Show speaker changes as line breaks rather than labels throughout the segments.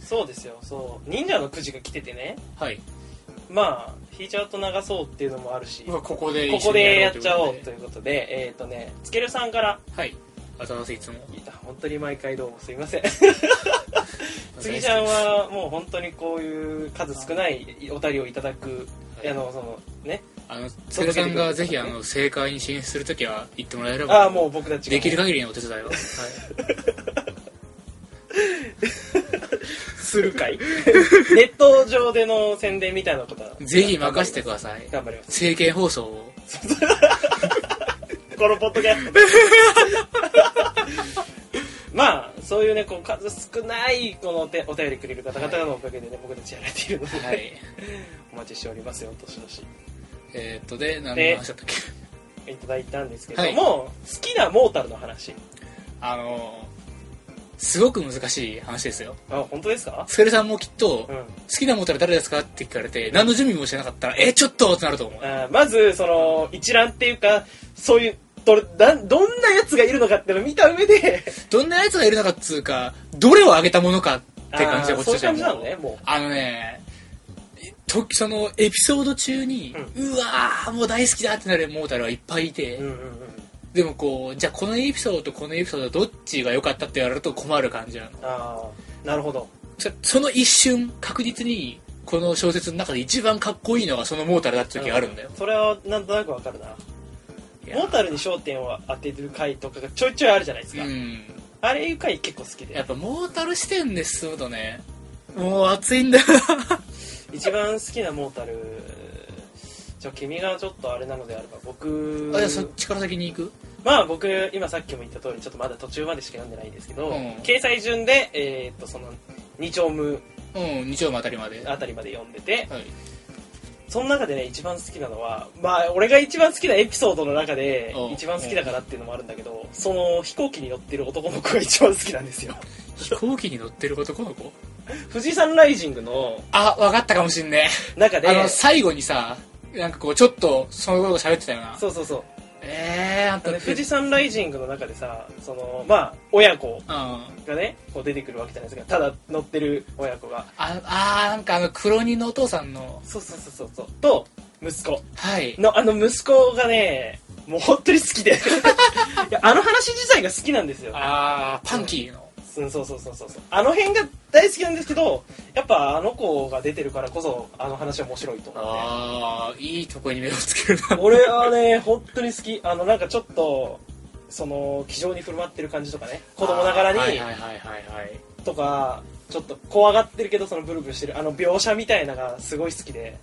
そうですよそう忍者のくじが来ててね
はい
まあ引いちゃうと流そうっていうのもあるし
まあ
こ
ここで
こでやっちゃ
一
おう
緒にやろう
と
と
い
いう
ことでえっ、とねつけるさんから
うことではいあざますいつも
いた本当に毎回どうもすいませんつぎ
次
ちゃんはもう本当にこういう数少ないお便りをいただく、
はい
あのそのね
あのつぐさんがぜひあの正解に支援するときは言ってもらえれば
ああもう僕たちが
できる限りのお手伝いをはい
す るかいネット上での宣伝みたいなことは
ぜひ任せてください
頑張ります
政見放送を
このポッドキャスト でまあそういうねこう数少ないこのお手お便りくれる方々のおかげでね、僕たちやられているので、
はい
お待ちしておりますよ年々
えーっとで何の話だったっけ
いただいたんですけども、好きなモータルの話
あのすごく難しい話ですよ
あ本当ですか
つぐさんもきっと
うん
好きなモータル誰ですかって聞かれて何の準備もしてなかったらえーちょっとってなると思う
あーまずその一覧っていうかそういうどれなんどんなやつがいるのかっていうのを見た上で
どんなやつがいるのかっつうかどれを上げたものかって感じで
あー
こっちとしてはも
そういう感じなのねもう
あのねとそのエピソード中に、うわーもう大好きだってなるモータルはいっぱいいて、
うんうんうん
でもこうじゃあこのエピソードとこのエピソードどっちが良かったって言われると困る感じなの
ああなるほど
そその一瞬確実にこの小説の中で一番かっこいいのがそのモータルだった時があるんだよ
う、それはなんとなくわかるない
や
モータルに焦点を当ててる回とかがちょいちょいあるじゃないです
う
か、
ん
あれいう回結構好き
や
で
っぱモータル視点で進むとねもう熱いんだよ
一番好きなモータルちょ君がちょっとあれなのであれば僕
なあじゃあそっちから先に行く
まあ僕今さっきも言った通りちょっとまだ途中までしか読んでないんですけど、
うん
掲載順で、えーっとその2丁目
うん日曜のあたりまでは
あたりまで読んで
い
てその中でね一番好きなのはまあ俺が一番好きなエピソードの中で
うん
一番好きだからっていうのもあるんだけどその飛行機に乗ってる男の子が一番好きなんですよ
飛行機に乗ってる男の子
富士山ライジングの
あわかったかもしんね
中で
あの最後にさなんかこうちょっとそのこと喋ってたよな
そうそうそう
ええー、あん
あ
た
の富士山ライジングの中でさそのまあ親子
うんあ
がねこう出てくるわけじゃないですかただ乗ってる親子が
あーなんかあの黒人のお父さんの
そうそうそうそうそうと息子
はい
のあの息子がねもう本当に好きで いやあの話自体が好きなんですよ
ああパンキーの
うんそうそうそうそうそうあの辺が大好きなんですけどやっぱあの子が出てるからこそあの話は面白いと思って
ああいいとこに目をつけるな
俺はね本当に好きあのなんかちょっとその気丈に振る舞ってる感じとかね子供ながらに、
あーはいはいはいはいはい
とかちょっと怖がってるけどそのブルブルしてるあの描写みたいなのがすごい好きで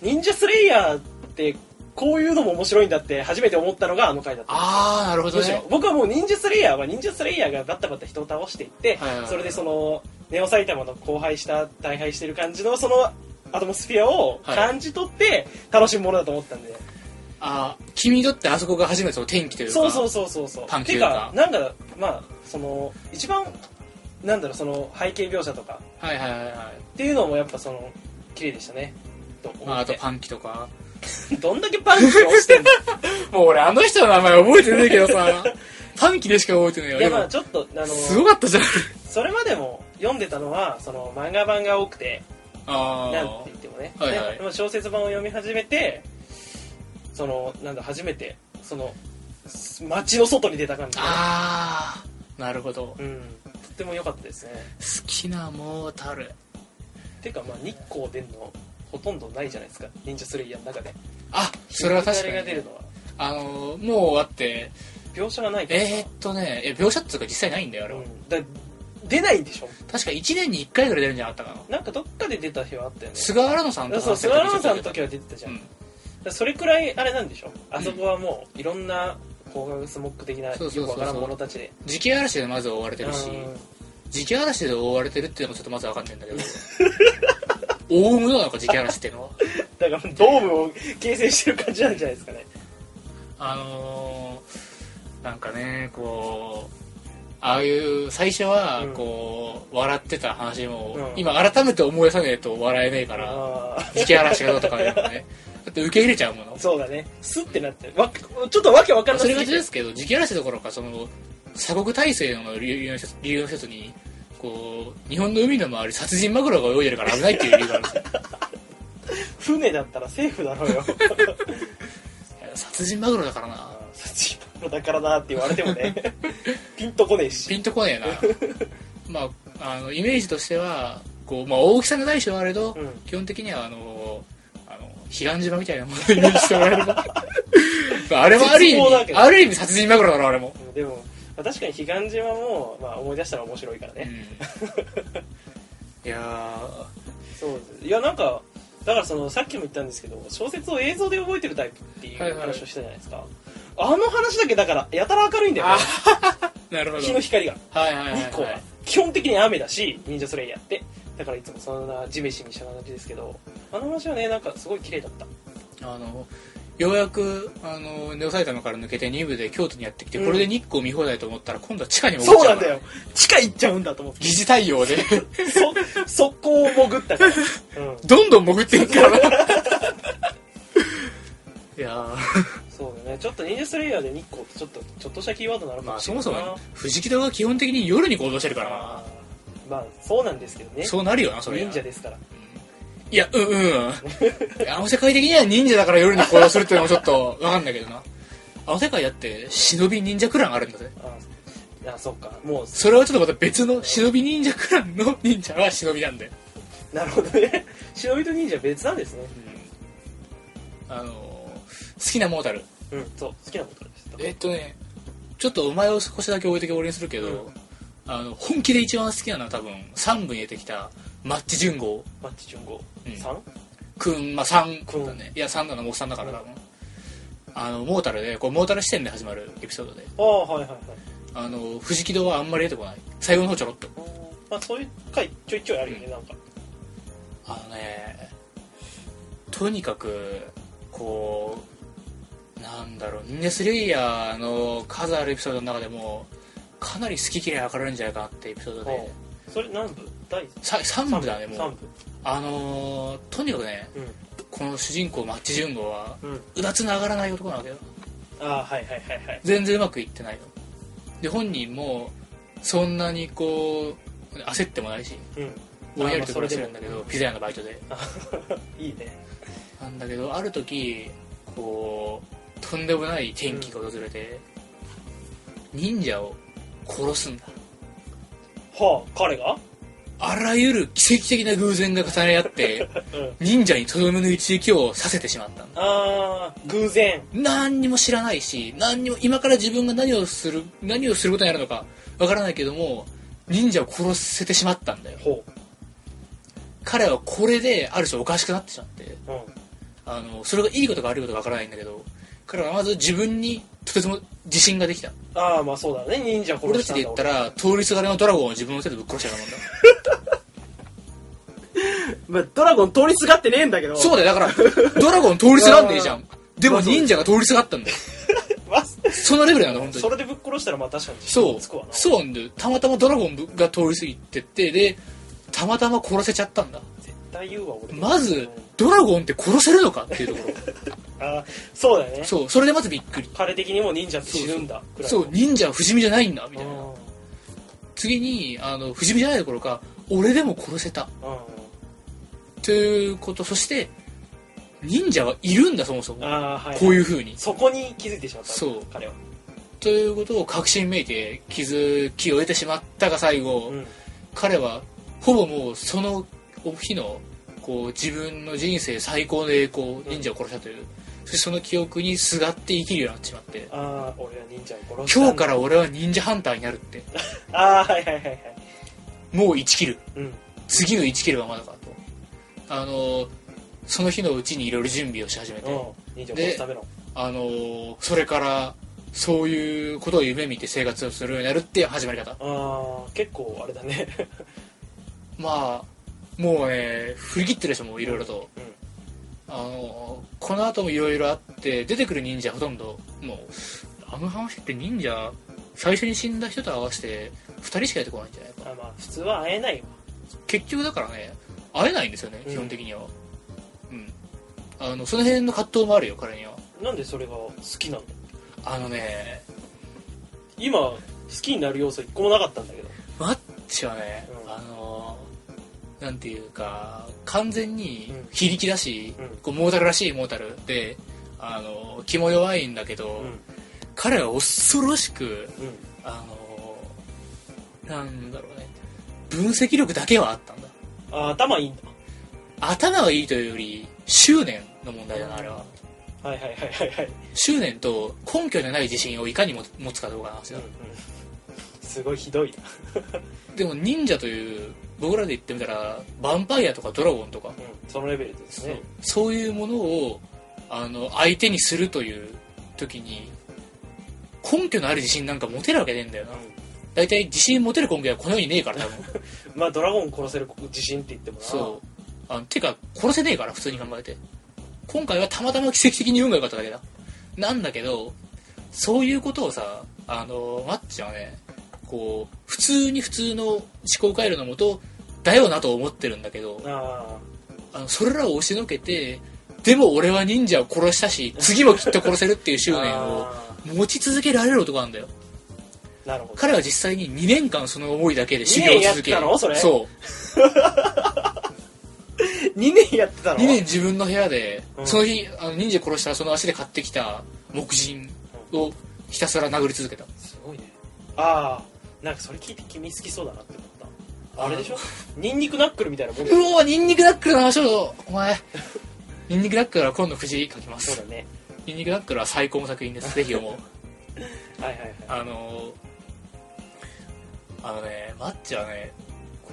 忍者スレイヤーってこういうのも面白いんだって初めて思ったのがあの回だった
ああなるほど
むし
ね
ろ僕はもう忍者スレイヤーは忍者スレイヤーがバッタバッタ人を倒していって、
はいはいはい
それでそのネオ埼玉の荒廃した大敗してる感じのそのアトモスフィアを感じ取って楽しむものだと思ったんで、
あー君にとってあそこが初めての転機というか
そうそううそうそうそう
探
て
求
か
が
なんかまあその一番なんだろうその背景描写とか
はいはいはいは
っていうのもやっぱその綺麗でしたねと思
い、
って、
まあ、あ とパンキとか
どんだけパンチをし てんの
もう俺あの人の名前覚えてないけど さパンキでしか覚えてないよ
いや
で
ま
も
あちょっとあの
すごかったじゃん
それまでも読んでたのはその漫画版が多くて
あ
なんて
あ
言ってもね、
はいはい
でも小説版を読み始めてそのなんだ初めてそのす街の外に出た感じ
ああなるほど
うんとっても良かったですね
好きなモータル
ていうかまあ日光出るのほとんどないじゃないですか忍者スレイヤーの中で
あそれは確かに
日の出が出るのは
あのーもうだって
描写がないから
えー、っとねえ描写っていうか実際ないんだよあれ
う
は、
ん、だ出ないんでしょ
確か1年に1回ぐらい出るんじゃなかったかな
なんかどっかで出た日はあったよね
菅原野さんとか
そう、
の
菅原さんの
とか
時は出てたじゃ。
うん
だか
ん
らそれくらいあれなんでしょあ
ん
そこはもう、いろんな光学スモック的な、よ
そうそうそうそう
くわからん者たちで。
時期嵐でまず覆われてるし
うん
時期嵐で覆われてるっていうのもちょっとまず分かんないんだ けど大物なのか時期嵐っていうのは
だから、ドームを形成してる感じなんじゃないですかね。
あのー、なんかねこうああいう最初は
うん
こう、笑ってた話も、
うん
今改めて思い出さねえと笑えねえから
ああ
時期嵐がどうとかでも ねだって受け入れちゃうもの
そうだね。スッてなってる。わちょっとわけわからな
そ
す
れ
ぎ
がち
て
ですけど時期嵐どころかその鎖国体制の理由の一つ理由の一つにこう日本の海の周り殺人マグロが泳いでるから危ないっていう理由があるんです よ
船だったらセーフだろう
い
よ
や殺人マグロだからな
殺人マグロだからなって言われても ねピンとこねえし
ピンとこねえ なまああのイメージとしてはこう、まあ、大きさの大小はあれど、
うん
基本的にはあのあの彼岸島みたいなものをイメージしてもらえれば まああれはある意
絶望だ
味
けど
ある意味殺人マグロだろあれも、
でもまあ確かに彼岸島も、まあ、思い出したら面白いから
う
ね、
ん、いやー
そうですいやなんかだからそのさっきも言ったんですけど小説を映像で覚えてるタイプってい
はいうはい
話をしたじゃないですか、あの話だけだからやたら明るいんだよね
なるほど
日の光が
はいはいはい、
日光
は
が
い、
基本的に雨だし忍者スレイヤーってだからいつもそんなジメシにした感じですけどあの話はねなんかすごい綺麗だった
あのようやくあのネオ埼玉から抜けて2部で京都にやってきて、これで日光見放題と思ったら今度は地下に潜っ
そう
ちゃ
な
うんか
だ
ら
よ地下行っちゃうんだと思って
疑似対応で
そ 速攻を潜ったから、うん、
どんどん潜 っていくからいやー
そうだねちょっと忍者スレイヤーで日光ってちょっとちょっとしたキーワードなのか
ま
も
あ
し
そ
れな
も
いな、
そも藤木戸が基本的に夜に行動してるから
あーまあそうなんですけどね
なそうなるよなそれ
忍者ですから
いや うんうんいやあの世界的には忍者だから夜に行動するっていうのもちょっと分かんないけどなあの世界だって忍び忍者クランあるんだぜ
あーあそっかもう
それはちょっとまた別の忍び忍者クランの忍者は忍びなんで
なるほどね忍びと忍者は別なんですね
あのー好きなモータル
うんそう好きなことです
えっとねちょっとお前を少しだけ置いてけぼりにするけど、
うん
あの本気で一番好きなのは多分3部に出てきたマッチ純号
マッチ順号
うん
3、
くんまあ3
くん
だねいや3だなもう3だから多分、あのモータルでこうモータル視点で始まるエピソードで
ああはいはいはい
あの藤木戸はあんまり出てこない最後の方ちょろっと
まあそういう回ちょいちょいあるよね、なんか
あのねとにかくこうなんだろうニンジャスレイヤーの数あるエピソードの中でもかなり好き嫌い分かれるんじゃないかなってエピソード
ほ
で
うそれ何部第
さ3部だねも
3
う
部
あのーとにかくね
う
この主人公マッチ純吾は
んうん
うだつの上がらない男なわけよ
ああはいはいはいはい
全然うまくいってないので本人もそんなにこう焦ってもないし
うん
ぼんやりと暮らして
も
るんだけどピザ屋のバイトで
いいね
なんだけどある時こうとんでもない転機が訪れて、忍者を殺すんだ
はあ彼が
あらゆる奇跡的な偶然が重ね合って
うん
忍者にとどめの一撃をさせてしまったんだ
ああ偶然
何にも知らないし何にも今から自分が何をする何をすることになるのかわからないけども忍者を殺せてしまったんだよ
ほ
彼はこれである種おかしくなってしまって
ううん
あのそれがいいことか悪いことかわからないんだけど彼はまず自分にとてつも自信ができた
ああまあそうだね忍者
俺
殺
た
し
ち
たん
で
だ
言ったら通りすがりのドラゴンを自分の手でぶっ殺したようなもんだ
まあ、ドラゴン通りすがってねえんだけど
そう
う
だよだからドラゴン通りすがんでいいじゃんでも
まあそう
忍者が通りすがったんだよそのレベルなんだ本当に
それでぶっ殺したらまあ確かに
そう
つくわな
そうなんだよたまたまドラゴンが通り過ぎてってでたまたま殺せちゃったんだ
絶対言うわ俺
ま
う
ず
ん
ドラゴンって殺せるのかっていうとこ
ああそうだよ ね
ろそうそれでまずびっくり
彼的にも忍者って死ぬんだくらい
そう忍者は不死身じゃないんだみ
み
た
た
い
い
な
な
次にあの不死身じゃないどころか俺でも殺せたということそして忍者はいるんだそもそも
ああーはい
こういうふうに
そこに気づいてしまった
そう
彼は
ということを確信めいて気づきを得てしまったが最後、
うん
彼はほぼもうその日のこう自分の人生最高の栄光忍者を殺したという、そしてその記憶にすがって生きるようになってしまって
ああ俺は忍者を殺したんだ
今日から俺は忍者ハンターになるって
ああはいはいはいはい
もう1キル
うん
次の1キルはまだかとあのその日のうちにいろいろ準備をし始めて、
うん忍者を殺すための
あのそれからそういうことを夢見て生活をするようになるっていう始まり方
ああ結構あれだね
まあもうね振り切ってる人もいろいろと、
うん
あのこの後もいろいろあって出てくる忍者ほとんどもうあの話って忍者最初に死んだ人と合わせて2人しか出てこないんじゃないか
あまあ普通は会えないわ
結局だからね会えないんですよね
うん
基本的にはうん、あのその辺の葛藤もあるよ彼には
なんでそれが好きなの
あのね
今好きになる要素一個もなかったんだけど
マッチはね、
うん
あのなんていうか完全に
うん
非力だし、
うん
こうモータルらしいモータルであの気も弱いんだけど、
うん
彼は恐ろしく
うん
あのなんだろうね分析力だけはあったんだ
あ頭いいんだ
頭がいいというより執念の問題だなあれは
はいはいはいはいはい、
執念と根拠のない自信をいかにも持つかどうかなんですよ、
すごいひどいな、
でも忍者という僕らで言ってみたらヴァンパイアとかドラゴンとか、
うん、そのレベルです
そう
ね
そういうものをあの相手にするという時に根拠のある自信なんか持てるわけねえんだよな大体自信持てる根拠はこの世にねえから多分
うんまあドラゴン殺せる自信って言ってもな
そうあのてか殺せねえから普通に考えて今回はたまたま奇跡的に運が良かっただけだなんだけどそういうことをさあのマッチはねこう普通に普通の思考回路のもとだよなと思ってるんだけど、
あ
あのそれらを押しのけてでも俺は忍者を殺したし次もきっと殺せるっていう執
ー
念を
あ
持ち続けられる男なんだよ
ーなるほど
彼は実際に2年間その思いだけで修
二
行を
年やっ
続
て
け
たのそれ
そう
2年やってたの
2年自分の部屋で、
うん
その日あの忍者殺したらその足で買ってきた木人をひたすら殴り続けた
すごいねああなんかそれ聞いて君好きそうだなって思ったあれでし ょニンニクナックルみたいなもんだよ
うおーニンニクナックルの話をお前ニンニクナックルは今度くじ書きま
そう
す
だね
ニンニクナックルは最高の作品ですぜひ思う
はいはいはい
あのあのねマッチはね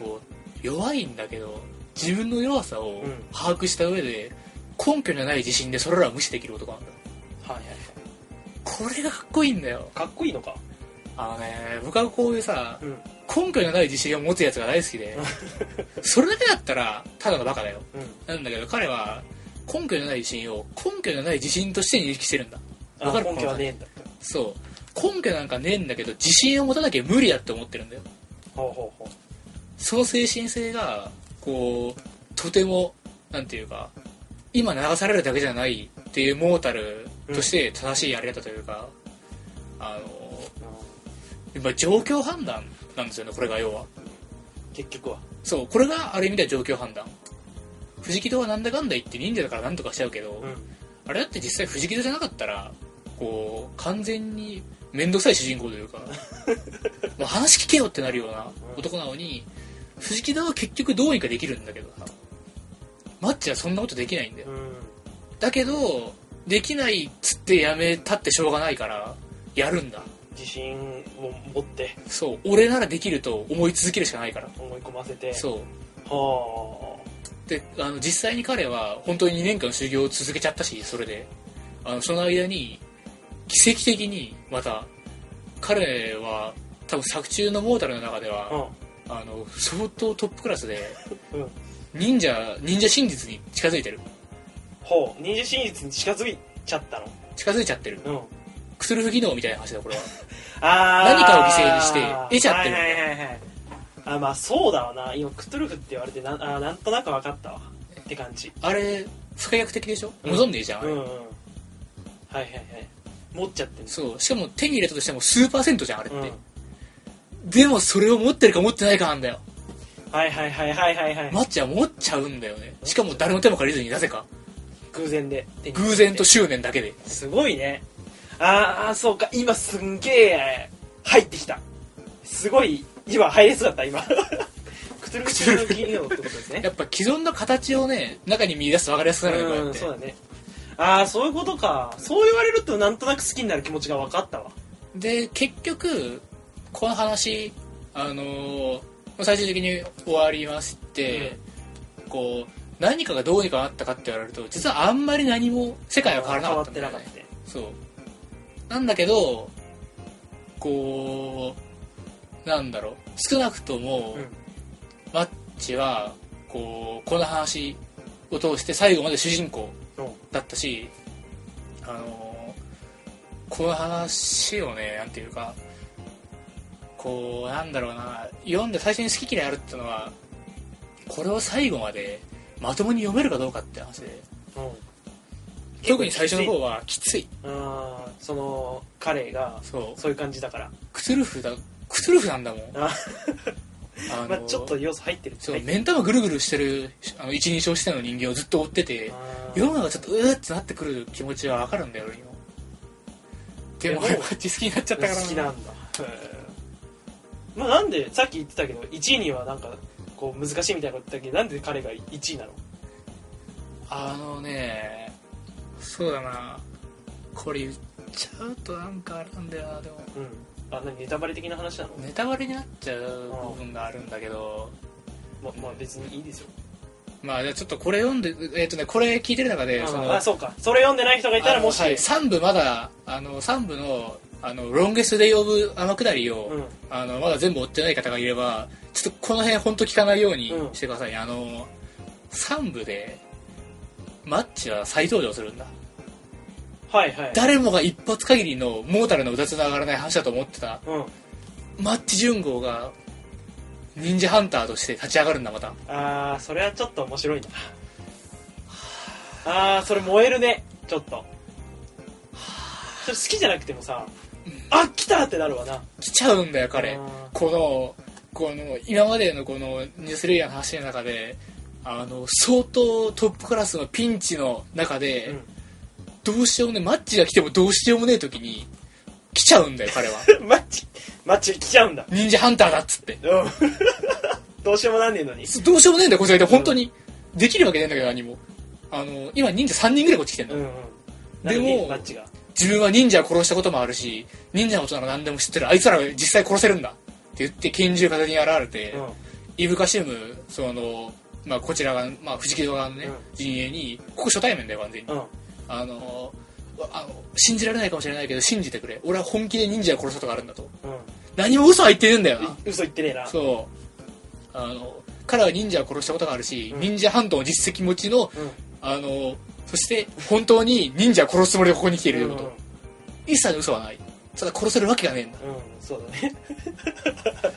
こう弱いんだけど自分の弱さを
うん
把握した上で、根拠のない自信でそれらを無視できる男なんだ
はいはいは
これがかっこいいんだよ
いかっこいいのか
あのね僕はこういうさ
うん
根拠のない自信を持つやつが大好き でそれだけだったらただのバカだよ
うん
なんだけど彼は根拠のない自信を根拠のない自信として認識してるんだ
あ
わかる
ー根拠はねえんだ
そう根拠なんかねえんだけど自信を持たなきゃ無理だって思ってるんだよ
ほうほうほ
その精神性がこうとてもなんていうか今流されるだけじゃないっていうモータルとして正しいやり方というか、あ
うあ
のまあ状況判断なんですよねこれが要は
ー結局は
そうこれがある意味では状況判断藤木戸はなんだかんだ言って忍者だからなんとかしちゃうけど、
うん
あれだって実際藤木戸じゃなかったらこう完全に面倒くさい主人公というかもう話聞けよってなるような男なのに藤木戸は結局どうにかできるんだけどさマッチはそんなことできないんだよ
うん
だけどできないっつってやめたってしょうがないからやるんだ
自信を持って
そう俺ならできると思い続けるしかないから
思い込ませて
そう
は
であの実際に彼は本当に2年間修行を続けちゃったしそれであのその間に奇跡的にまた彼は多分作中のモータルの中で
あうん
は、あの相当トップクラスで
うん
忍者忍者真実に近づいてる
ほう二次真実に近づいちゃったの
近づいちゃってる
うん
クスルフ技能みたいな話だこれは
あー
何かを犠牲にして得ちゃってる
はいはいはいはいあまあそうだわな今クトゥルフって言われてなあーなんとなく分かったわって感じ
あれ不可逆的でしょ
うん
望んでいいじゃんあ
う
れ、
んうんはいはいはい持っちゃってる
そうしかも手に入れたとしても数パーセントじゃんあれっ
うん
て、でもそれを持ってるか持ってないかなんだよ
はいはいはいはいはいはい、
マッチは持っちゃうんだよねしかも誰の手も借りずになぜか
偶然で手に入れて
偶然と執念だけです
ごいねああそうか今すんげえ入ってきたすごい今入れそうだった 今クトゥルフ中の技能ってことですね
やっぱ既存の形をね中に見出すと分かりやすくなるよこう
う
や
ん
って
そうだねああそういうことかそう言われるとなんとなく好きになる気持ちが分かったわ
で結局この話あのー最終的に終わりまして、こう何かがどうにかなったかって言われると実はあんまり何も世界は変わらなかったんだよ
変わ
ね
ってなかっ
そうなんだけどこうなんだろう少なくとも、
たね
マッチはこうこの話を通して最後まで主人公
うんうん
だったし、あのこの話をねなんていうかこうなんだろうな読んで最初に好き嫌いあるってのはこれを最後までまともに読めるかどうかって話で
うん
特に最初の方はきつい
あーその彼が
そう
そういう感じだから
クトゥルフだクトゥルフなんだもん
あ
あの
まあちょっと要素入ってる
そう、
入って
目ん玉ぐるぐるしてるあの一人称視点の人間をずっと追ってて
るあー
世の中ちょっとうーってなってくる気持ちは分かるんだよ俺にもでも
でも
こっち好きになっちゃったから
好きなんだまあなんでさっき言ってたけど1位にはなんかこう難しいみたいなこと言ったけどなんで彼が1位なの
あのねそうだなこれ言っちゃうとなんかあるんだよなでも
うんあ何ネタバレ的な話なの、
ネタバレになっちゃう部分があるんだけど
ままあ別にいいですよ
まあじゃあちょっとこれ読んでえっ、とねこれ聞いてる中でその
あそうかそれ読んでない人がいたらもし、
はい、3部まだあの3部のあのロンゲストデイ・オブ・天下りを、
うん
あのまだ全部追ってない方がいればちょっとこの辺本当聞かないようにしてください、あの3部でマッチは再登場するんだ
はいはい
誰もが一発限りのモータルのうだつの上がらない話だと思ってた
うん
マッチ純号が忍者ハンターとして立ち上がるんだまた
ああそれはちょっと面白いなあーそれ燃えるねちょっとそれ好きじゃなくてもさあ来たってなるわな
来ちゃうんだよ彼、
あー
このこの今までのこのニュースレイヤーの話の中であの相当トップクラスのピンチの中で、どうしようもねマッチが来てもどうしようもねえ時に来ちゃうんだよ彼 は
うん、マッチマッチ来ちゃうんだ
忍者ハンターだっつって
うんどうしようもなん ねえのに
どうしようもねえんだよこっちがいて本当にできるわけねえんだけど何もあの今忍者3人ぐらいこっち来てんだ、
うんうん
でも
なのにマッチが
自分は忍者を殺したこともあるし忍者のことなら何でも知ってるあいつらが実際殺せるんだって言って拳銃片手に現れて、
うん
イブカシウムその、まあ、こちらが、まあ、藤木戸側のね、
うん
陣営にここ初対面だよ完全に、
うん
あのあの信じられないかもしれないけど信じてくれ俺は本気で忍者を殺すことがあるんだと
うん
何も嘘は言ってねえんだよな
嘘言ってねえな
そうあの彼は忍者を殺したことがあるし、
うん
忍者半島の実績持ちの
うん
あのそして本当に忍者を殺すつもりでここに来ているということ、
うん
一切の嘘はないただ殺せるわけがねえ んだ
うん、そう だね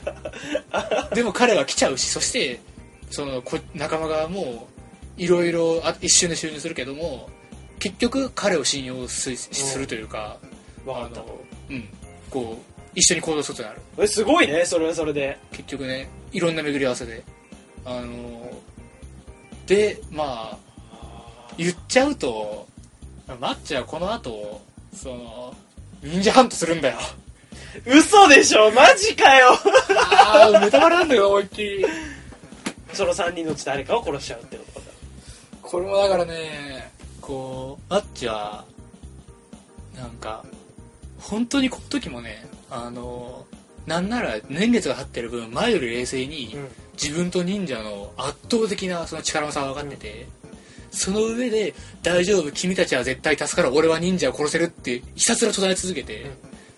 でも彼は来ちゃうしそしてそのこ仲間側もいろいろあ一瞬で収入するけども結局彼を信用すするというか、
わか
あ
った
のうんこう一緒に行動することになる
えすごいねそれはそれで
結局ねいろんな巡り合わせであのでまあ言っちゃうとマッチはこの後その忍者ハントするんだよ
嘘でしょマジかよ
ああネタバレなんだよ思いっきり
その3人のうち誰かを殺しちゃうってことだ
これもだからねこうマッチはなんか本当にこの時もねあのなんなら年月が経ってる分前より冷静に
うん
自分と忍者の圧倒的なその力の差は分かってて、その上で「大丈夫君たちは絶対助かる俺は忍者を殺せる」ってひたすら唱え続けて、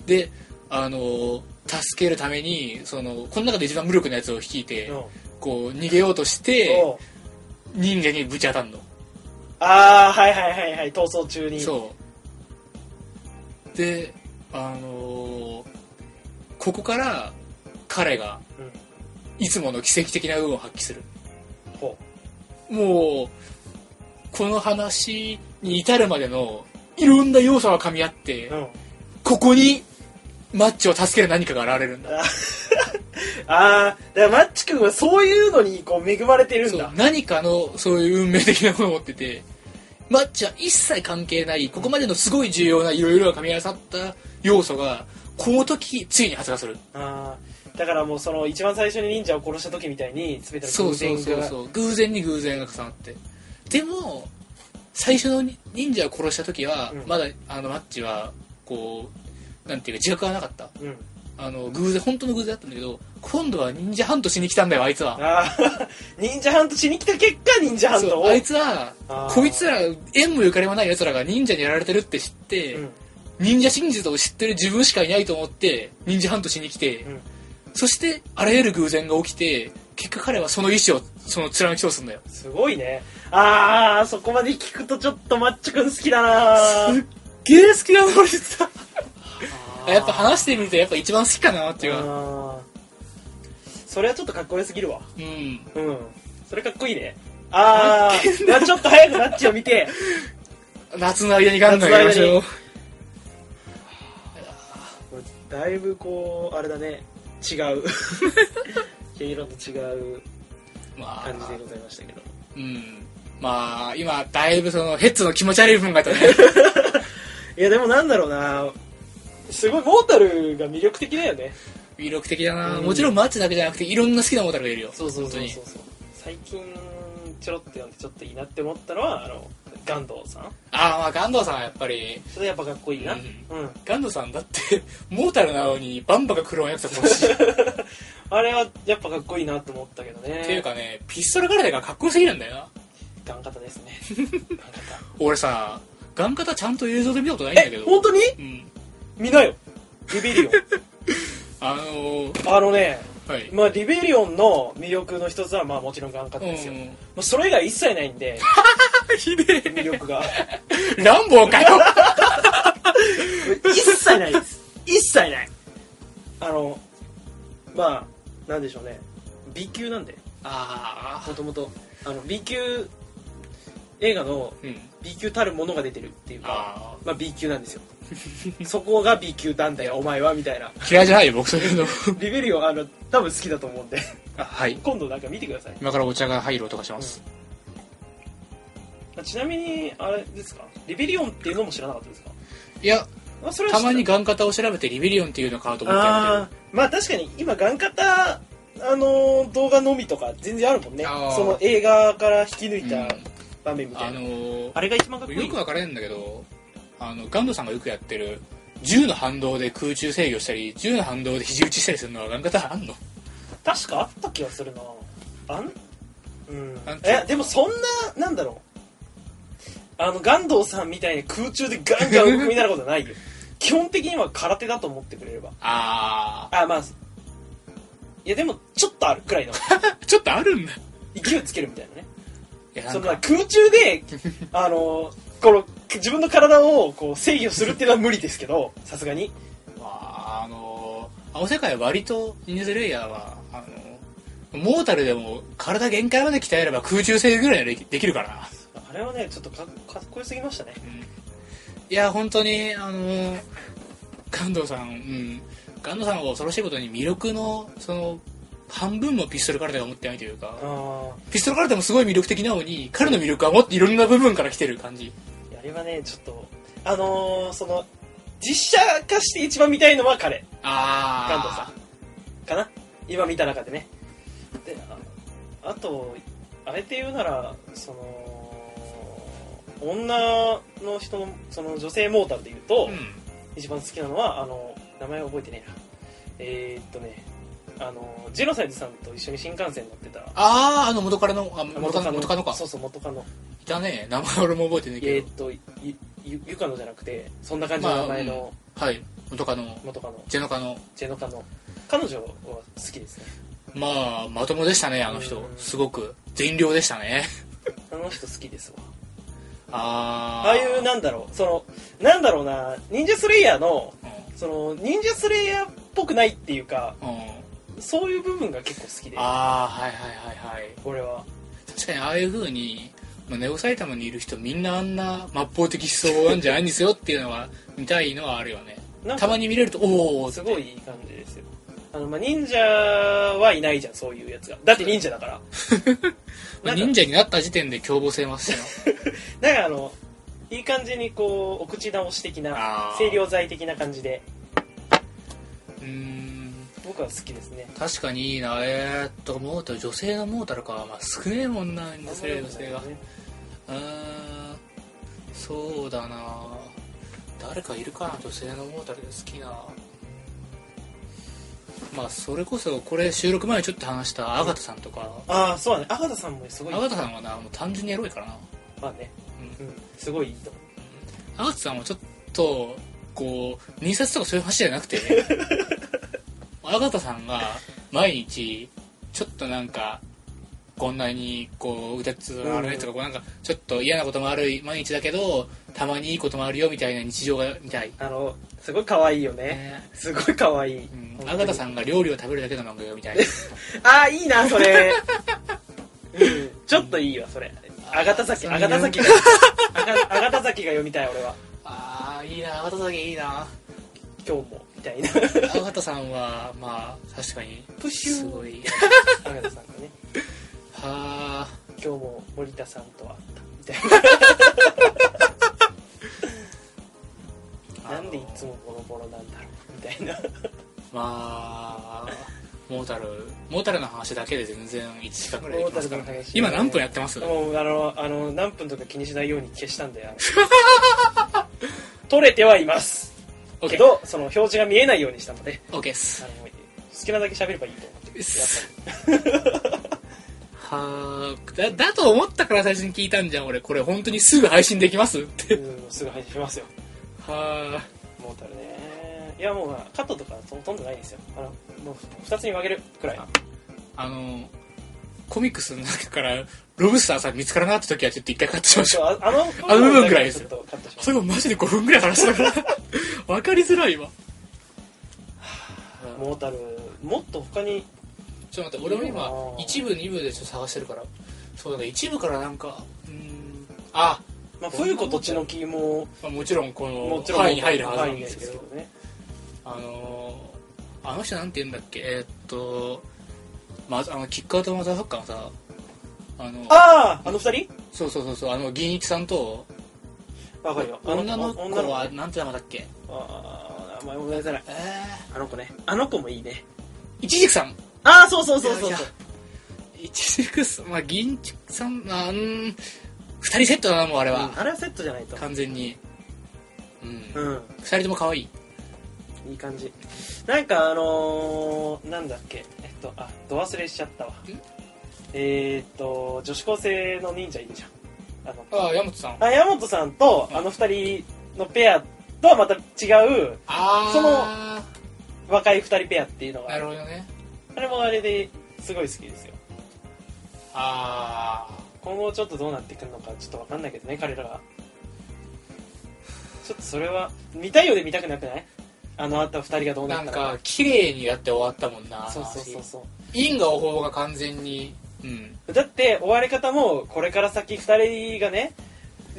であの助けるためにそのこの中で一番無力なやつを率いて、
うん
こう逃げようとして
おう
人間にぶち当たんの。
ああはいはいはいはい逃走中に
そうであのーここから彼が
うん
いつもの奇跡的な運を発揮する
ほ
もうこの話に至るまでのいろんな要素が噛み合って、
う、うん、
ここにマッチを助ける何かが現れるんだ
ああだからマッチ君はそういうのにこう恵まれてるん
そう
だ
何かのそういう運命的なものを持っててマッチは一切関係ないここまでのすごい重要ないろいろが噛み合わさった要素がこの時ついに発芽する
あーだからもうその一番最初に忍者を殺した時みたいに全ての
そう
偶
そう
然
そう
が
そう偶然に偶然が重なってでも最初のに忍者を殺した時は、
うん
まだあのマッチはこうなんていうか自覚がなかった
うん
あの偶然本当の偶然だったんだけど今度は忍者ハントしに来たんだよあいつは
ああ 忍者ハントしに来た結果忍者ハント
そう
を
あいつは
あー
こいつら縁もゆかりもない奴らが忍者にやられてるって知って、
うん
忍者真実を知ってる自分しかいないと思って忍者ハントしに来て、
うん
そしてあらゆる偶然が起きて結果彼はその意志をその貫き通すんだよ
すごいねああそこまで聞くとちょっとマッチ君好きだなー
ゲー好きだな俺さ
あー
やっぱ話してみるとやっぱ一番好きかなっていうか
あーそれはちょっとかっこよすぎるわ
うん
うんそれかっこいいねあーまあちょっと早くマッチを見て
夏の間にガンガンやりまし
夏の
ょう
だいぶこうあれだね違う毛色と違う
まあ
感じでございましたけど
うんまあ今だいぶそのヘッツの気持ち悪い部分があったね
いやでもなんだろうなすごいモータルが魅力的だよね
魅力的だな、
うん
もちろんマッチだけじゃなくていろんな好きなモータルがいるよ本当
そ
に
うそう最近ちょろっと読んでちょっといいなって思ったのはあのガンドウさん
ああまあガンドウさんはやっぱり
それやっぱかっこいいな
う
うんん、
ガンドウさんだって モータルなのにバンバが黒いやつだと思うしっ
あれはやっぱかっこいいなと思ったけどね
ていうかねピストル体がかっこよすぎるんだよな
ガン型ですねガン
俺さガン型ちゃんと映像で見たことないん
型
だけ
え
ど
本当に
うん
見なよリベリオ
あのー、
ン あのね
はい
まあリベリオンの魅力の一つはまあもちろんガン型ですよ、
うん
まあ、それ以外一切ないん で
ひで
魅力が
えランボーかよ
一切ない です一切ないあのまあなんでしょうね B 級なんで
ああ
もともとあの B 級映画の
うん
B 級たるものが出てるっていうか
あ
まあ B 級なんですよ そこが B 級なんだよお前はみたい な
嫌いじゃないよ僕そういうの
リベリオンあの多分好きだと思うんで
あはい
今度なんか見てください
今からお茶が入る音がします、
あちなみにあれですかリベリオンっていうのも知らなかったですか
いや
あそれは
た
知っ
まにガン型を調べてリベリオンっていうの買うと思ってやめてる
あーまあ確かに今ガン型あのー動画のみとか全然あるもんね
あー
その映画から引き抜いた
うん
場面みた
あ
いな、
のー
あれが一番かっこいい
よく分からないんだけどあのガンドさんがよくやってる銃の反動で空中制御したり銃の反動で肘打ちしたりするのはガン型あんの
確かあった気がするなあんうん
あん
えでもそんななんだろうあのガンドウさんみたいに空中でガンガン動くみたいなことは ないよ基本的には空手だと思ってくれれば
あ
あまあいやでもちょっとあるくらいの
あちょっとあるんだい
勢いつけるみたいなね
やな
そ
ん
の
か
空中であのこの自分の体をこう制御するっていうのは無理ですけどさすがに
まああのー、青世界は割とニューズレイヤーはあのーモータルでも体限界まで鍛えれば空中制御ぐらいはできできるからな、
あれはねちょっとかかっこよすぎましたね
うんいや本当にあのー、ガンドさんうんガンドさんは恐ろしいことに魅力のその半分もピストル体が持ってないというか、
あ
ピストルカルテもすごい魅力的なのに、彼の魅力はもっといろんな部分から来てる感じ。
ああれはねちょっとあのーその実写化して一番見たいのは彼
あ
ガンドさんかな今見た中でねでああとあれって言うならその女の人のその女性モータルで言うと、
う
一番好きなのはあの名前覚えてねえなえー、っとねあのジェノサイズさんと一緒に新幹線乗ってた
ああ、あの元からの、あ元カノ元カノか。
そうそう元カノ
いたね。名前俺も覚えてない
え
け
ー、っとゆゆゆかのじゃなくてそんな感じ
ま
の
あ
名前の
ど。はい。元カノ、
元カノ
ジェノカノ。
ジェノカノ彼女は好きですね
まあ、まともでしたね、あの人
う。ん
すごく。善良でしたね。
あの人好きですわ
あ
あ
あ。
あいう、なんだろうそのなんだろうな忍者スレイヤーのその忍者スレイヤーっぽくないっていうか
うん。うん。
そういう部分が結構好きで
ああ、はいはいはいはい。
俺は
確かにああいう風に、まあ、ネオ埼玉にいる人みんなあんな末法的思想なんじゃないんですよっていうのは、見たいのはあるよね。
なん
た
か
まに見れると、おお
すごいいい感じですよあの、まあ、忍者はいないじゃんそういうやつがだって忍者 だから
まあ
なん
忍
か
者になった時点で凶暴性ますよ
なんかあのいい感じにこうお口直し的
あ
な
ー
清涼剤的な感じで
うーん
僕は好きですね
確かにいいなえー、っとモータル女性のモータルか、まあ、少ねえもんなんですよ女性 がうーんそうだな誰かいるかな女性のモータルで好きなまあそれこそこれ収録前にちょっと話したアガタさんとか
ああそうだね赤田さんもすごい
アガタさんはなもう単純にエロいからな
まあね
う
うんすごいいいと思う
アガタさんはちょっとこう印刷とかそういう話じゃな くてねアガタさんが毎日ちょっとなんかこんなにこう腕つられとか、こうなんかちょっと嫌なこともある毎日だけどたまにいいこともあるよみたいな日常が見たい、
あのすごい可愛いよね
ね
すごい可愛い
うん、アガタさんが料理を食べるだけの漫画が見たい
ああいいなそ れうんちょっといいわそれ
あー
あがた崎
そう
あがた崎があがあがた崎が読みたい俺は
ああいいなアガタさんいいな
今日も たいな
アウハタさんはまあ確かに
プシュー
すご い
アガタさんがね
はあ
今日も森田さんと会ったみたいななんでいつもボロボロなんだろうみたいな
まあモータルモータルの話だけで全然1時間ぐらいできますから、
モータルの話
今何分やってます
もうあのあの何分とか気にしないように消したんであ の取れてはいますけ
?OK
どその表示が見えないようにしたので
OK で
あ
す
の好きなだけ喋ればいいと思ってやっ
はあだだと思ったから最初に聞いたんじゃん俺これ本当にすぐ配信できますっ
ぱ
て
りうんすぐ配信しますよ
はあ
モータルねいやもうカットとかほとんどないですよあのもう2つに分けるくらい
あのコミックスの中からロブスターさん見つからなかった時はちょっと一回カットしまし
ち
ょう
ょああの
あの部分ぐらいですよ
ちょっとカットします
それもマジで5分ぐらい話したから わかりづらいわ
モータルもっと他に
ちょっと待って俺も
いいな
今
ぁ
一部二部でちょっと探してるからそうだね一部からなんかうーんあ、
まあ冬子とちのきも
まあ、もちろんこ
もち
の
ろん
範囲に入るはずな
範
ん
囲
で
です
すけ
け
ど
どね
あのーあの人なんて言うんだっけえーっと、まあ、あのキックアウトマザーファッカーのさあの
あああの二人
そうそうそうそうあの銀一さんと
わかるよあ
女の
女の
子
子
は
あ
なんて名前だっけ
あ名前も出せない
え
あの子ねあの子もいいね
ー、いちじくさん
ああそうそうそうそう
いやい
そ
や
う
いちじくさんまあ銀一さんまあうん2人セットだなもうあれは、
うんあれはセットじゃないと
完全にうん、二
うん
人とも可愛い
いい感じなんかあのー、なんだっけえっとあど忘れしちゃったわえー、っと女子高生の忍者いるじゃんあの
ああ山本さんあ
あ山本さんとあの二人のペアとはまた違う
あ
そ若い二人ペアっていうのが
な
あ
る
る
ほどね
あれもあれですごい好きですよ
ああ
今後ちょっとどうなってくるのかちょっとわかんないけどね彼らがちょっとそれは見たいようで見たくなくないあのあった二人がどうな
な
っ
ん
たのか
か綺麗にやって終わったもんな
そうそうそうそう
因果応報が完全にうん
だって終わり方もこれから先2人がね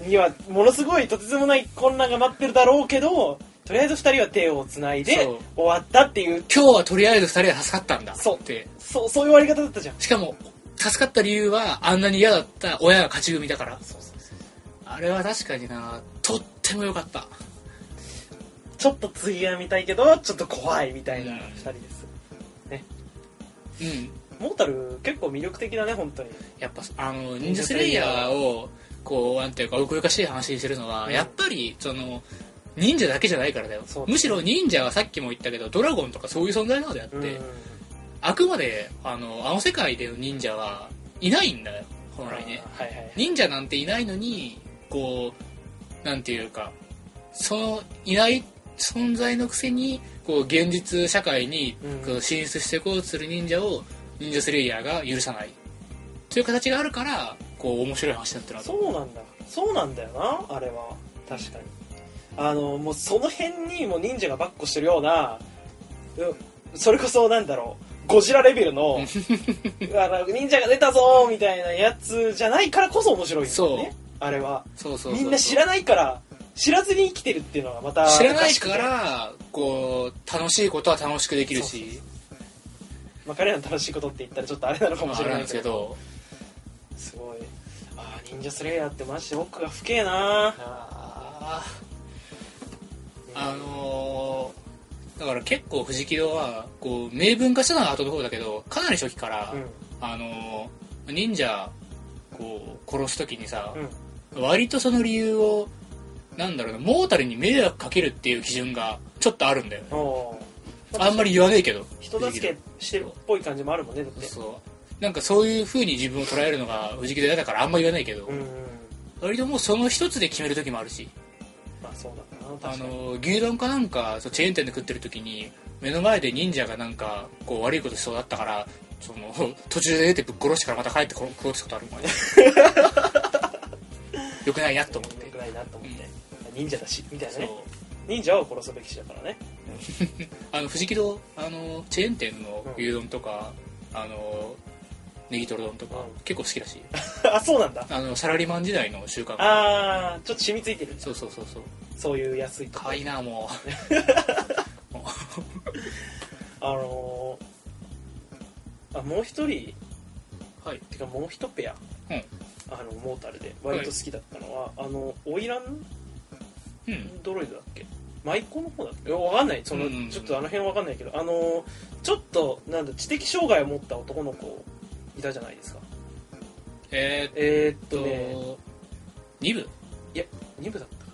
にはものすごいとてつもない困難が待ってるだろうけどとりあえず2人は手をつないで
そう
終わったっていう
今日はとりあえず2人は助かったんだ
そう
って
そうそういう終わり方だったじゃん
しかも助かった理由はあんなに嫌だった親が勝ち組だから
そうそうそう
あれは確かになとっても良かった
ちょっと次は見たいけどちょっと怖いみたいな
うん
2人です
うん
モータル結構魅力的だね本当に
やっぱあの忍者スレイヤーをこうなんていうか奥ゆかしい話にしてるのは、
うん
やっぱりその忍者だけじゃないからだよ
そう
むしろ忍者はさっきも言ったけどドラゴンとかそういう存在なのであって、
うん
あくまであのあの世界での忍者はいないんだよ本来ね
はいはい
忍者なんていないのにこうなんていうかそのいない存在のくせにこう現実社会に
うん
こう進出していこうとする忍者を忍者スレイヤーが許さないという形があるからこう面白い話になってるなと
そうなんだそうなんだよなあれは確かにあのもうその辺にもう忍者がばっこしてるようなうそれこそなんだろうゴジラレベ ルのあの忍者が出たぞーみたいなやつじゃないからこそ面白いんだよねあれは
そうそうそう
みんな知らないから知らずに生きてるっていうのがまた
知らない
おしく
か
て
らこう楽しいことは楽しくできるし
まあ、彼らの楽しいことって言ったらちょっとあれなのかも
まあ
し
あ
れ
れな
なんい
ですけ
けど
ど
すごいあー忍者スレイヤーってマジで奥が深えな
あーあのーだから結構藤木戸はこう明文化したのは後の方だけどかなり初期から、
うん
あのー忍者こう殺す時にさ
う、ん
割とその理由をなんだろうなモータルに迷惑かけるっていう基準がちょっとあるんだよね
おー
あんまり言わねえけど
人助けしてるっぽい感じもあるもんねだって
そうなんかそういう風に自分を捉えるのが藤木戸嫌だからあんま言わないけど、
うんうん
割ともうその一つで決める時もあるし
まあそうだな
あ
確かに
の牛丼かなんかそうチェーン店で食ってる時に目の前で忍者がなんかこう悪いことしそうだったからその 途中で出てぶっ殺してからまた帰ってこ食おうってことあるもんね よくないなと思っ
そ
て
れぐらいなと思って忍者だしみたいな
そう
ね忍者を殺すべきだからね
あの藤木戸あのチェーン店の牛丼とか、あのネギトロ丼とか、
うん
結構好きだし
あそうなんだ
あのサラリーマン時代の習慣
ああちょっと染みついてる
そうそうそうそう
そういう安いとこ
可愛いなもうも
あのーあもう一人
はい
てかもう一ペア、
うん
あのモータルで割と好きだったのは、あのオイラン
うん
ドロイドだっけマイコの方だっけいやわかんないその、
うんうんうん
ちょっとあの辺わかんないけどあのーちょっとなんだ知的障害を持った男の子いたじゃないですか
えーっ
えーっと
と、
ね
2部
2部だったかな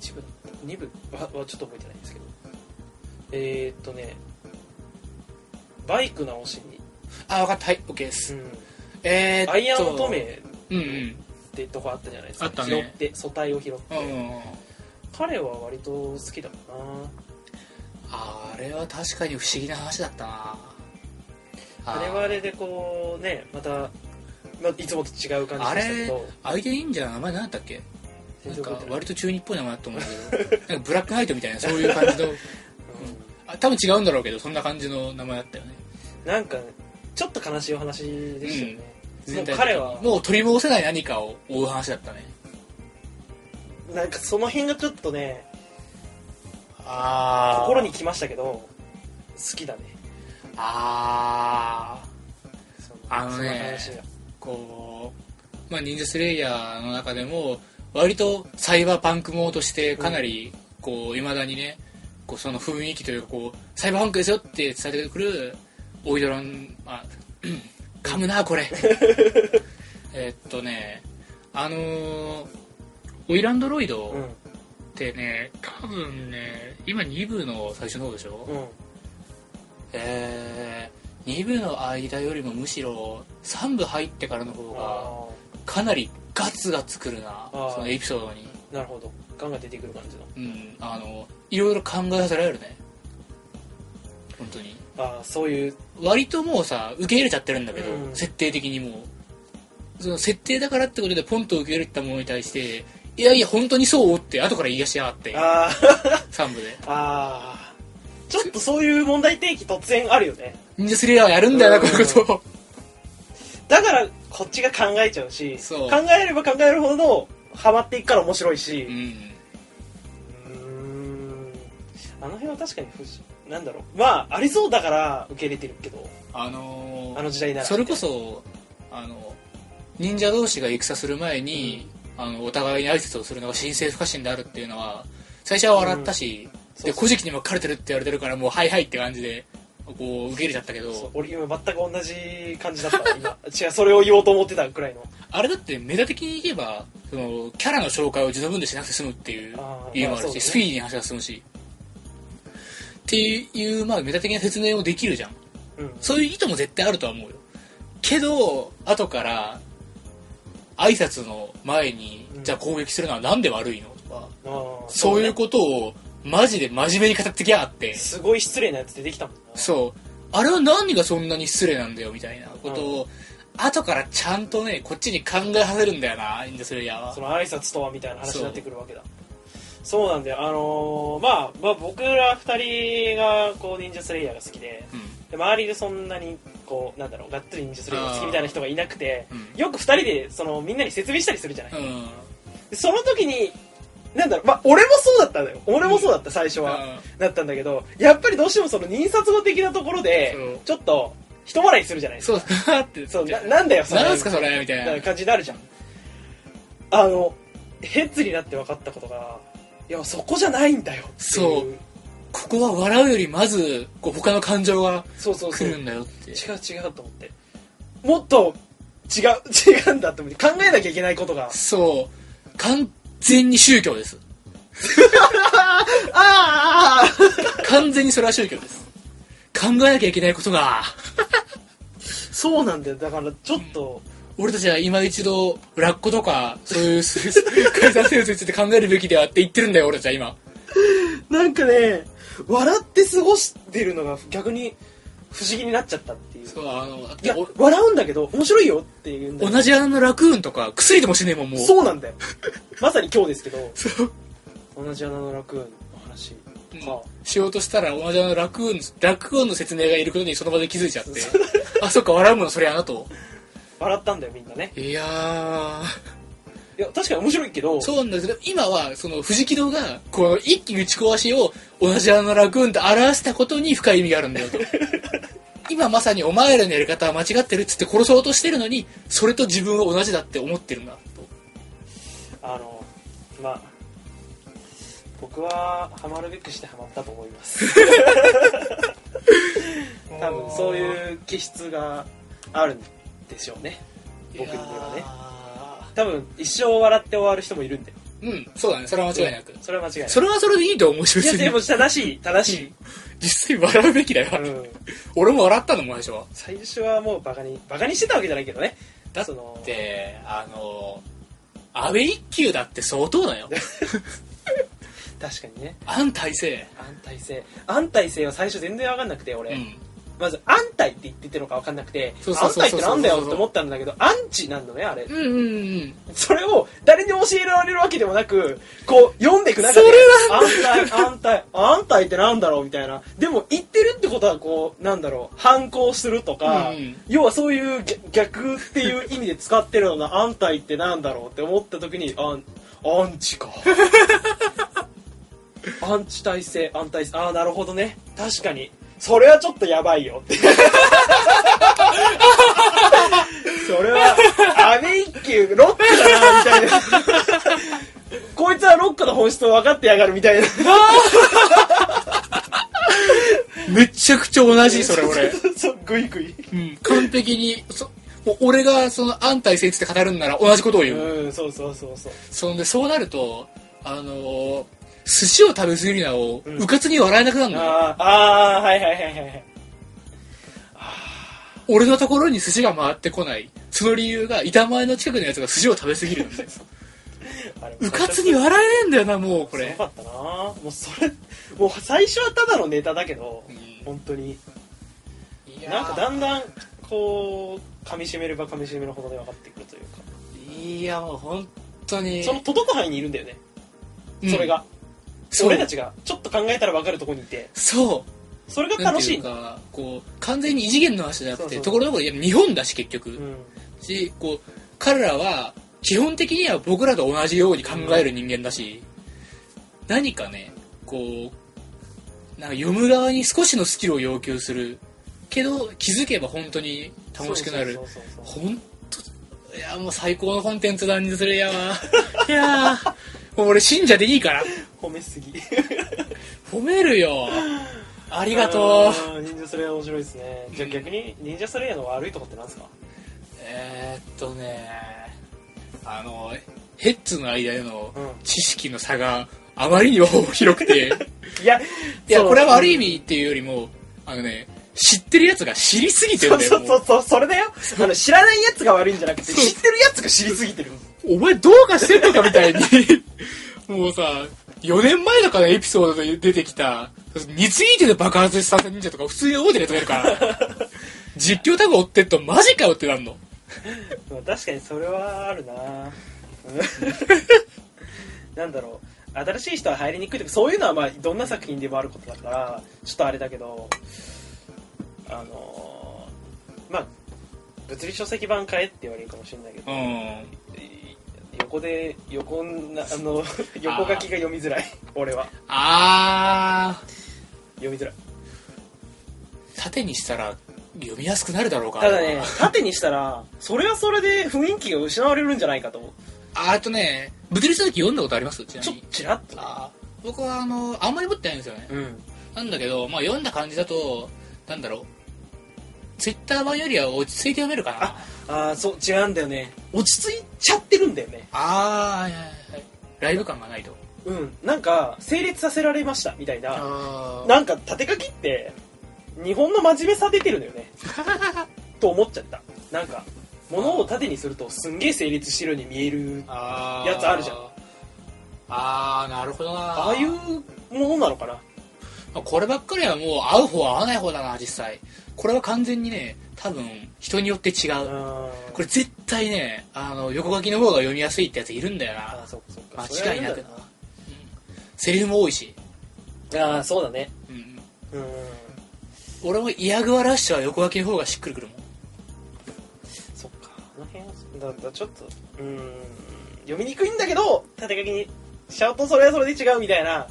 1部だった2部ははちょっと覚えてないんですけどえーっとねバイク直しに、
あ分かったはい OK です、
うん、
えーっと
アイアン乙女っ
うんうん
てとこあったじゃないですか
あったね
拾って素体を拾って、
うん
彼は割と好きだったな
あれは確かに不思議な話だったな
あれはあれでこうねまた、まあ、いつもと違う感じ
あ
でしたけ
れ
ど
相手いいんじゃん名前何だったっけな
全
ん
然
か
覚えてない
割と中二っぽい名前だと思うんだけど なんかブラックナイトみたいなそういう感じのあ多分違うんだろうけどそんな感じの名前だったよね
うんなんかちょっと悲しいお話でしたよね、も
全体
う
的に
彼は
もう取り戻せない何かを追う話だったね
なんかその辺がちょっとね
あ
心に来ましたけど好きだね
ああ
その
あのね
そ話が
こう、まあ、忍者スレイヤーの中でも割とサイバーパンクものとしてかなりこういまだにねこうその雰囲気というかこうサイバーパンクですよって伝えてくるオイドランあ 噛むなこれ えっとねあのーオイランドロイド
うん
ってね、多分ね今2部の最初の方でしょ、
うん
えー、2部の間よりもむしろ3部入ってからの方が
あ
かなりガツガツくるな
あー
そのエピソードに
あなるほどガンガン出てくる感じの
うんあのいろいろ考えさせられるね本当に
ああそういう
割ともうさ受け入れちゃってるんだけど、
うん
設定的にもうその設定だからってことでポンと受け入れたものに対していやいや本当にそうって後から言い出しやがって
あ
3部で
あああちょっとそういう問題提起突然あるよね
忍者スレイヤーはやるんだよな
うん
こういうことを
だからこっちが考えちゃうし
そう
考えれば考えるほどハマっていくから面白いし
う、ん
うーんあの辺は確かに不思なんだろうまあありそうだから受け入れてるけど
あのー
あの時代なら
それこそあの忍者同士が戦する前に、あのお互いに挨拶をするのが新政府家臣であるっていうのは最初は笑ったし、
そう
で
そう
古事記にも書かれてるって言われてるからもうはいはいって感じでこう受け入れちゃったけ
そう
ど
俺今全く同じ感じだった今 違うそれを言おうと思ってたくらいの
あれだってメタ的に言えばそのキャラの紹介を自動分でしなくて済むっていう
あー
理由もあ
まあそ
る
う
し、
ね
スピーディーに話が進むしっていう、まあ、メタ的な説明をできるじゃん
うん
そういう意図も絶対あるとは思うよ。けど、後から、挨拶の前に
う、ん
じゃあ攻撃するのはなんで悪いのとか、
あー
そういう
ね
ことを、マジで真面目に語ってきやがって、
すごい失礼なやつ出てきたもんな
そう、あれは何がそんなに失礼なんだよ、みたいなことを、後からちゃんとね、こっちに考えさせるんだよな、インドスレイヤーは
そ。の挨拶とはみたいな話になってくるわけだそうなんだよあのーまあ、まあ僕ら二人がこう忍者スレイヤーが好きで
うん
で周りでそんなにこうなんだろうがっつり忍者スレイヤーが好きみたいな人がいなくて
うん
よく二人でそのみんなに説明したりするじゃない、
うん。
でその時になんだろうまあ俺もそうだったのよ俺もそうだった最初は、
あ
だったんだけどやっぱりどうしてもその忍殺語的なところで
そう
ちょっと人笑いするじゃないですか
そう、だって、
そうななんだよそれ
なんすかそれみた
みたい
い
な
な。
感じになるじゃんあのヘッズになって分かったことがいやそこじゃないんだよっていう
そうここは笑うより、まず、こう他の感情が
そうそうそう
来
違う
るんだよって。
違うと思ってもっと違う 違うんだって思って考えなきゃいけないことが
そう。完全に宗教です。
ああ
完全にそれは宗教です。考えなきゃいけないことが、
そうなんだよだからちょっと、
俺たちは今一度、ラッコとか、そういう、 解散戦争について考えるべきではって言ってるんだよ、俺たちは今。
なんかね笑って過ごしてるのが逆に不思議になっちゃったっていう
そう、あの、
いや笑うんだけど面白いよっていうんだ
お
けど
同じ穴のラクーンとか、薬でもしねえもん、もう。
そうなん だよまさに今日ですけど
そう。
同じ穴の楽園の話
うん
か、
しようとしたら、同じ穴のラクーン、ラクーンの説明がいることにその場で気づいちゃって。あ、そっか、笑うもの、それやなと。
笑ったんだよみんなね
いやー、
いや確かに面白いけど
そうなんだけど今はその藤木戸がこの一気打ち壊しを同じあのラグーンと表したことに深い意味があるんだ よと今まさにお前らのやり方は間違ってるっつって殺そうとしてるのにそれと自分は同じだって思ってるんだと
あのまあ僕はハマるべくしてハマったと思います多分そういう気質があるんでしょうね僕にはね多分一生笑って終わる人もいるんで
ねうんそうだねそれは間違いなく、
それは間違いない
それはそれでいいと思うし
いや
別
でも
に
正しい正しい、
実際笑うべきだよ、
うん、
俺も笑ったのも最初は
最初はもうバカにバカにしてたわけじゃないけどね
だっ
その
てあの安倍一級だって相当 だよ
確かにね
安体制
安泰性安泰性は最初全然分かんなくて俺、
うん
まず安泰って言ってたのか分かんなくて
そうそう
安
そう
泰っ
そう
てなんだよって思ったんだけどアンチなんのねあれ
うんうんうん
それを誰に教えられるわけでもなくこう読んでいく中で
そ
安泰安泰安泰ってなんだろうみたいなでも言ってるってことはこうなんだろう反抗するとか、
うん
要はそういう逆逆っていう意味で使ってるのが安泰ってなんだろうって思った時にあんアン チかアンチ体制安泰性ああなるほどね確かにそれはちょっとやばいよ ってそれは、アメ一級、ロックだな、みたいな。こいつはロックの本質を分かってやがるみ たいな。
めちゃくちゃ同じそれ俺、
そう、グイグイ。
うん、完璧にそもう俺がその安泰性って語るんなら同じことを言う、
うん、そうそうそうそう。
そんでそうなるとあのー寿司を食べ過ぎるなを
うん
うかつに笑えなくなるのよ、
あーあー、はいはいはいはいはい。
俺のところに寿司が回ってこないその理由が板前の近くのやつが寿司を食べ過ぎるんだ よ
あれ
うかつに笑えねえんだよなもうこ
よ
れ
かったなもうそれ、もう最初はただのネタだけど、
うん
本当に。
いやー
なんかだんだん、こう、噛み締めれば噛み締めるほどで分かってくるというか。
いやもう本当に
その届く範囲にいるんだよね、
うん
それが。
そう
俺たちが、ちょっと考えたら分かるとこにいて、
そう
それが
なん
楽
て
し
い
いん
う
だ。
かこう完全に異次元の話じゃなく
そう
て
そう
ところどころいや日本だし結局、
うん
しこう彼らは基本的には僕らと同じように考える人間だし、何かねこうなんか読む側に少しのスキルを要求するけど気づけば本当に楽しくなる
そうそうそうそう
本当いやもう最高のコンテンツだにするやわいやー もう俺信者でいいから
褒めすぎ
褒めるよあ
あ
りがとう
う忍者スレイヤー面白いですねじゃあ
うん
逆に忍者スレイヤーの悪いとこってなんですか
えー、っとねあのヘッツの間での
うん
知識の差があまりにも広く て
いや
いや
そう
これは悪い意味っていうよりもあのね知ってるやつが知りすぎてる
そ
ん
う
だよ
そうそう
も
そうそれだよあの知らないやつが悪いんじゃなくて
そう
知ってるやつが知りすぎてる
うお前どうかしてんのかみたいに もうさ4年前とかのエピソードで出てきた2ツイートで爆発した忍者とか普通に大手でやつがいるから 実況タグ追ってっとマジかよってなんの
まあ確かにそれはあ るなうんなんだろう新しい人は入りにくいとかそういうのはまあどんな作品でもあることだからちょっとあれだけどあのーまあ物理書籍版買えって言われるかもしれないけど、
うん
横で横な あの横書きが読みづらい俺は
あー
読みづらい
縦にしたら読みやすくなるだろうか
ただね縦にしたらそれはそれで雰囲気が失われるんじゃないかと思う
ああとね物理書籍読んだことありますちな
ち
み
ょっ
に
とちらっとね
あー僕はあのあんまり持ってないんですよね
うん
なんだけど、まあ、読んだ感じだとなんだろうツイッター版よりは落ち着いて読めるかな
あああそう違うんだよね落ち着いちゃってるんだよね
あーはいはいはいライブ感がないと
うんなんか整列させられましたみたいな
あ
なんか縦書きって日本の真面目さ出てるの よねと思っちゃったなんか物を縦にするとすんげえ成立してるように見える
あ
やつあるじゃん
あーなるほどな
ああいうものなのかな
まあこればっかりはもう合う方合わない方だな実際これは完全にね多分人によって違う
うん
これ絶対ねあの横書きの方が読みやすいってやついるんだよな
ああそうかそうか
間違いなくな、うんセリフも多いし、
ああーそうだね
うんうん、
うん
俺もイアグアラッシュは横書きの方がしっくりくるもん
そっかあの辺はだだちょっとうん読みにくいんだけど縦書きにしちゃうとそれはそれで違うみたいな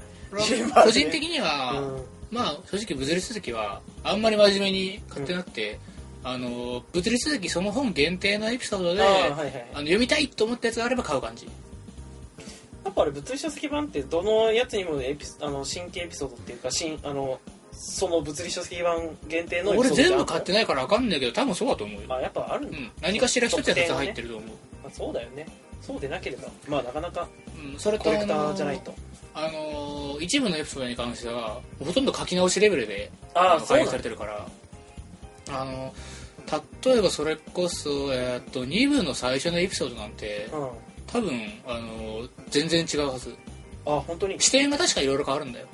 順番
個
で
人的には、
うん
まあ正直物理書籍はあんまり真面目に買ってなくて、あの物理書籍その本限定のエピソードで
あ
あ、
ーはいはい
の読みたいと思ったやつがあれば買う感じ
やっぱあれ物理書籍版ってどのやつにもエピソあの新規エピソードっていうか新あのその物理書籍版限定のエピ
俺
ソード
全部買って
な
ないから分かんないけど多分そうだと思うよ、
あやっぱあるん
う
だ、
ん、何かしら一つやつ入ってると思う、
まあ、そうだよねそうでなければまあなかなか
うん、それと
コ
あ
レクタ
の
ーじゃないと
あの一部のエピソードに関してはほとんど書き直しレベルで
あ
の
あそう
配布
なんだ
されてるからあの例えばそれこそ、えーっと2部の最初のエピソードなんて
うん
多分あの全然違うはず
あ本当に
視点が確かいろいろ変わるんだよ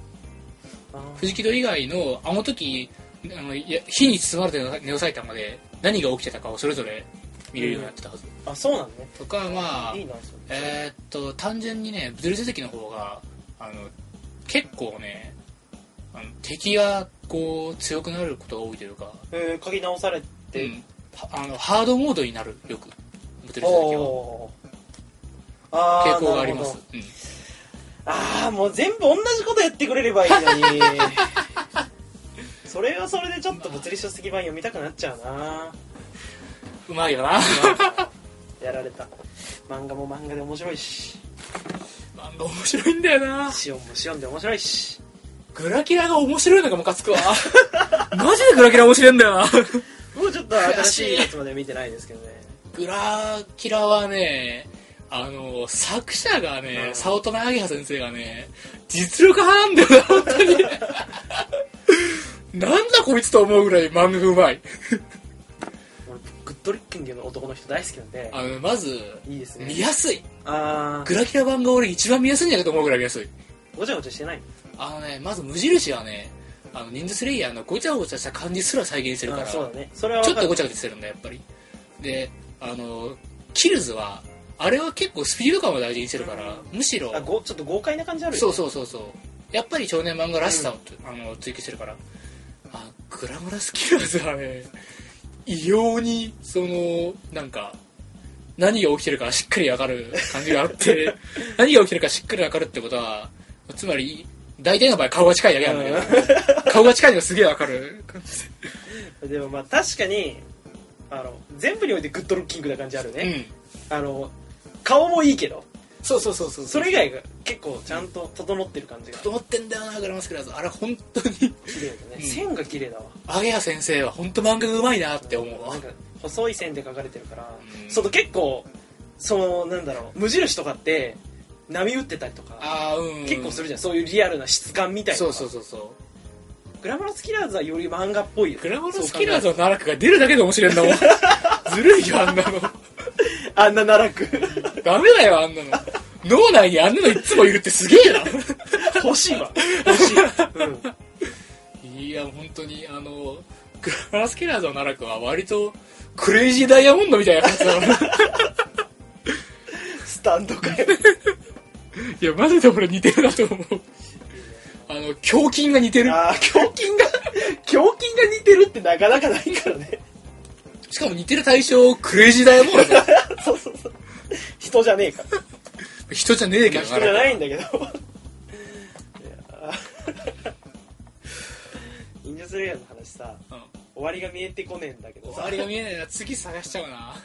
あー
藤木戸以外のあの時あのいや火に包まれてネオサイタマで何が起きてたかをそれぞれ見れるようになってたはず、
あそうなんだね
とかまあ
いいなそれ
えーっと単純にね物理書籍の方があの結構ねあの敵がこう強くなることが多いというか、
えー、書き直されて、
うんはあのハードモードになるよく物理書籍は
おーあー
傾向がありま
な
す
るほど、
うん、
ああもう全部同じことやってくれればいいの にそれはそれでちょっと物理書籍版読みたくなっちゃう な
うまいよな
やられた漫画も漫画で面白いし
漫画面白いんだよな
シオンもシオンで面白いし
グラキラが面白いのがムカつく わマジでグラキラ面白いんだよな
もうちょっと新しいやつまで見てないですけどね
グラキラはねあの作者がね
うん
早乙女アゲハ先生がね実力派なんだよな本当 になんだこいつと思うぐらい漫画がうまい
俺グッドリッキングの男の人大好きなんで
あのまず
いいですね
見やすい
あ
グラキラ版が俺一番見やすいんじゃないかと思うぐらい見やすい
あごちゃごちゃしてない
あのねまず無印はねあの忍術スレイヤーのごちゃごちゃした感じすら再現してるから
あーそうだねそれは
ちょ
分
っと
かる
ごちゃごちゃしてるんだやっぱりであのキルズはあれは結構スピード感を大事にしてるからむしろ
あごちょっと豪快な感じあるよね
そうそうそうそうやっぱり少年漫画らしさを、あの追求してるからあグラマラスキラーズはね異様にそのなんか何が起きてるかしっかり分かる感じがあって 何が起きてるかしっかり分かるってことはつまり大体の場合顔が近いだけなんだけど顔が近いのがすげえ分かる感じ
でもまあ確かにあの全部においてグッドルッキングな感じある
で、
ね、あの顔もいいけど
そうそうそうそう
それ以外が結構ちゃんと整ってる感じが
と思ってんだよなグラマスクラーズあれ本当に
綺麗だね、
うん
線が綺麗だわ
アゲハ先生は本当漫画がうまいなって思うわ
なんか細い線で描かれてるから、
うん
その結構そのなんだろう無印とかって波打ってたりとか
ああうん
結構する
る
じゃんそういうリアルな質感みたいな
そうそうそうそう
グラマラスキラーズはより漫画っぽいよ
グラマラスキラーズの奈落が出るだけで面白い んだもんずるいよあんなの
そう考えるとあんな奈 落
ダメだよあんなの脳内にあんなのいつもいるってすげえな
欲しいわ欲しい、 うん、
いや本当にあのグラマラスキラーズの奈落は割とクレイジーダイヤモンドみたいな感じだもん
スタンドかよ
いやマジで俺似てるなと思うあの胸筋が似てる
ああ胸筋が 胸筋が似てるってなかなかないからね
しかも似てる対象クレイジーダイヤモンドだ
そうそうそう人じゃねえから
人じゃねえけど
人じゃないんだけどいやー忍者スレイヤーの話さ
うん
終わりが見えてこねえんだけど
終
さ
わりが見えないな次探しちゃうな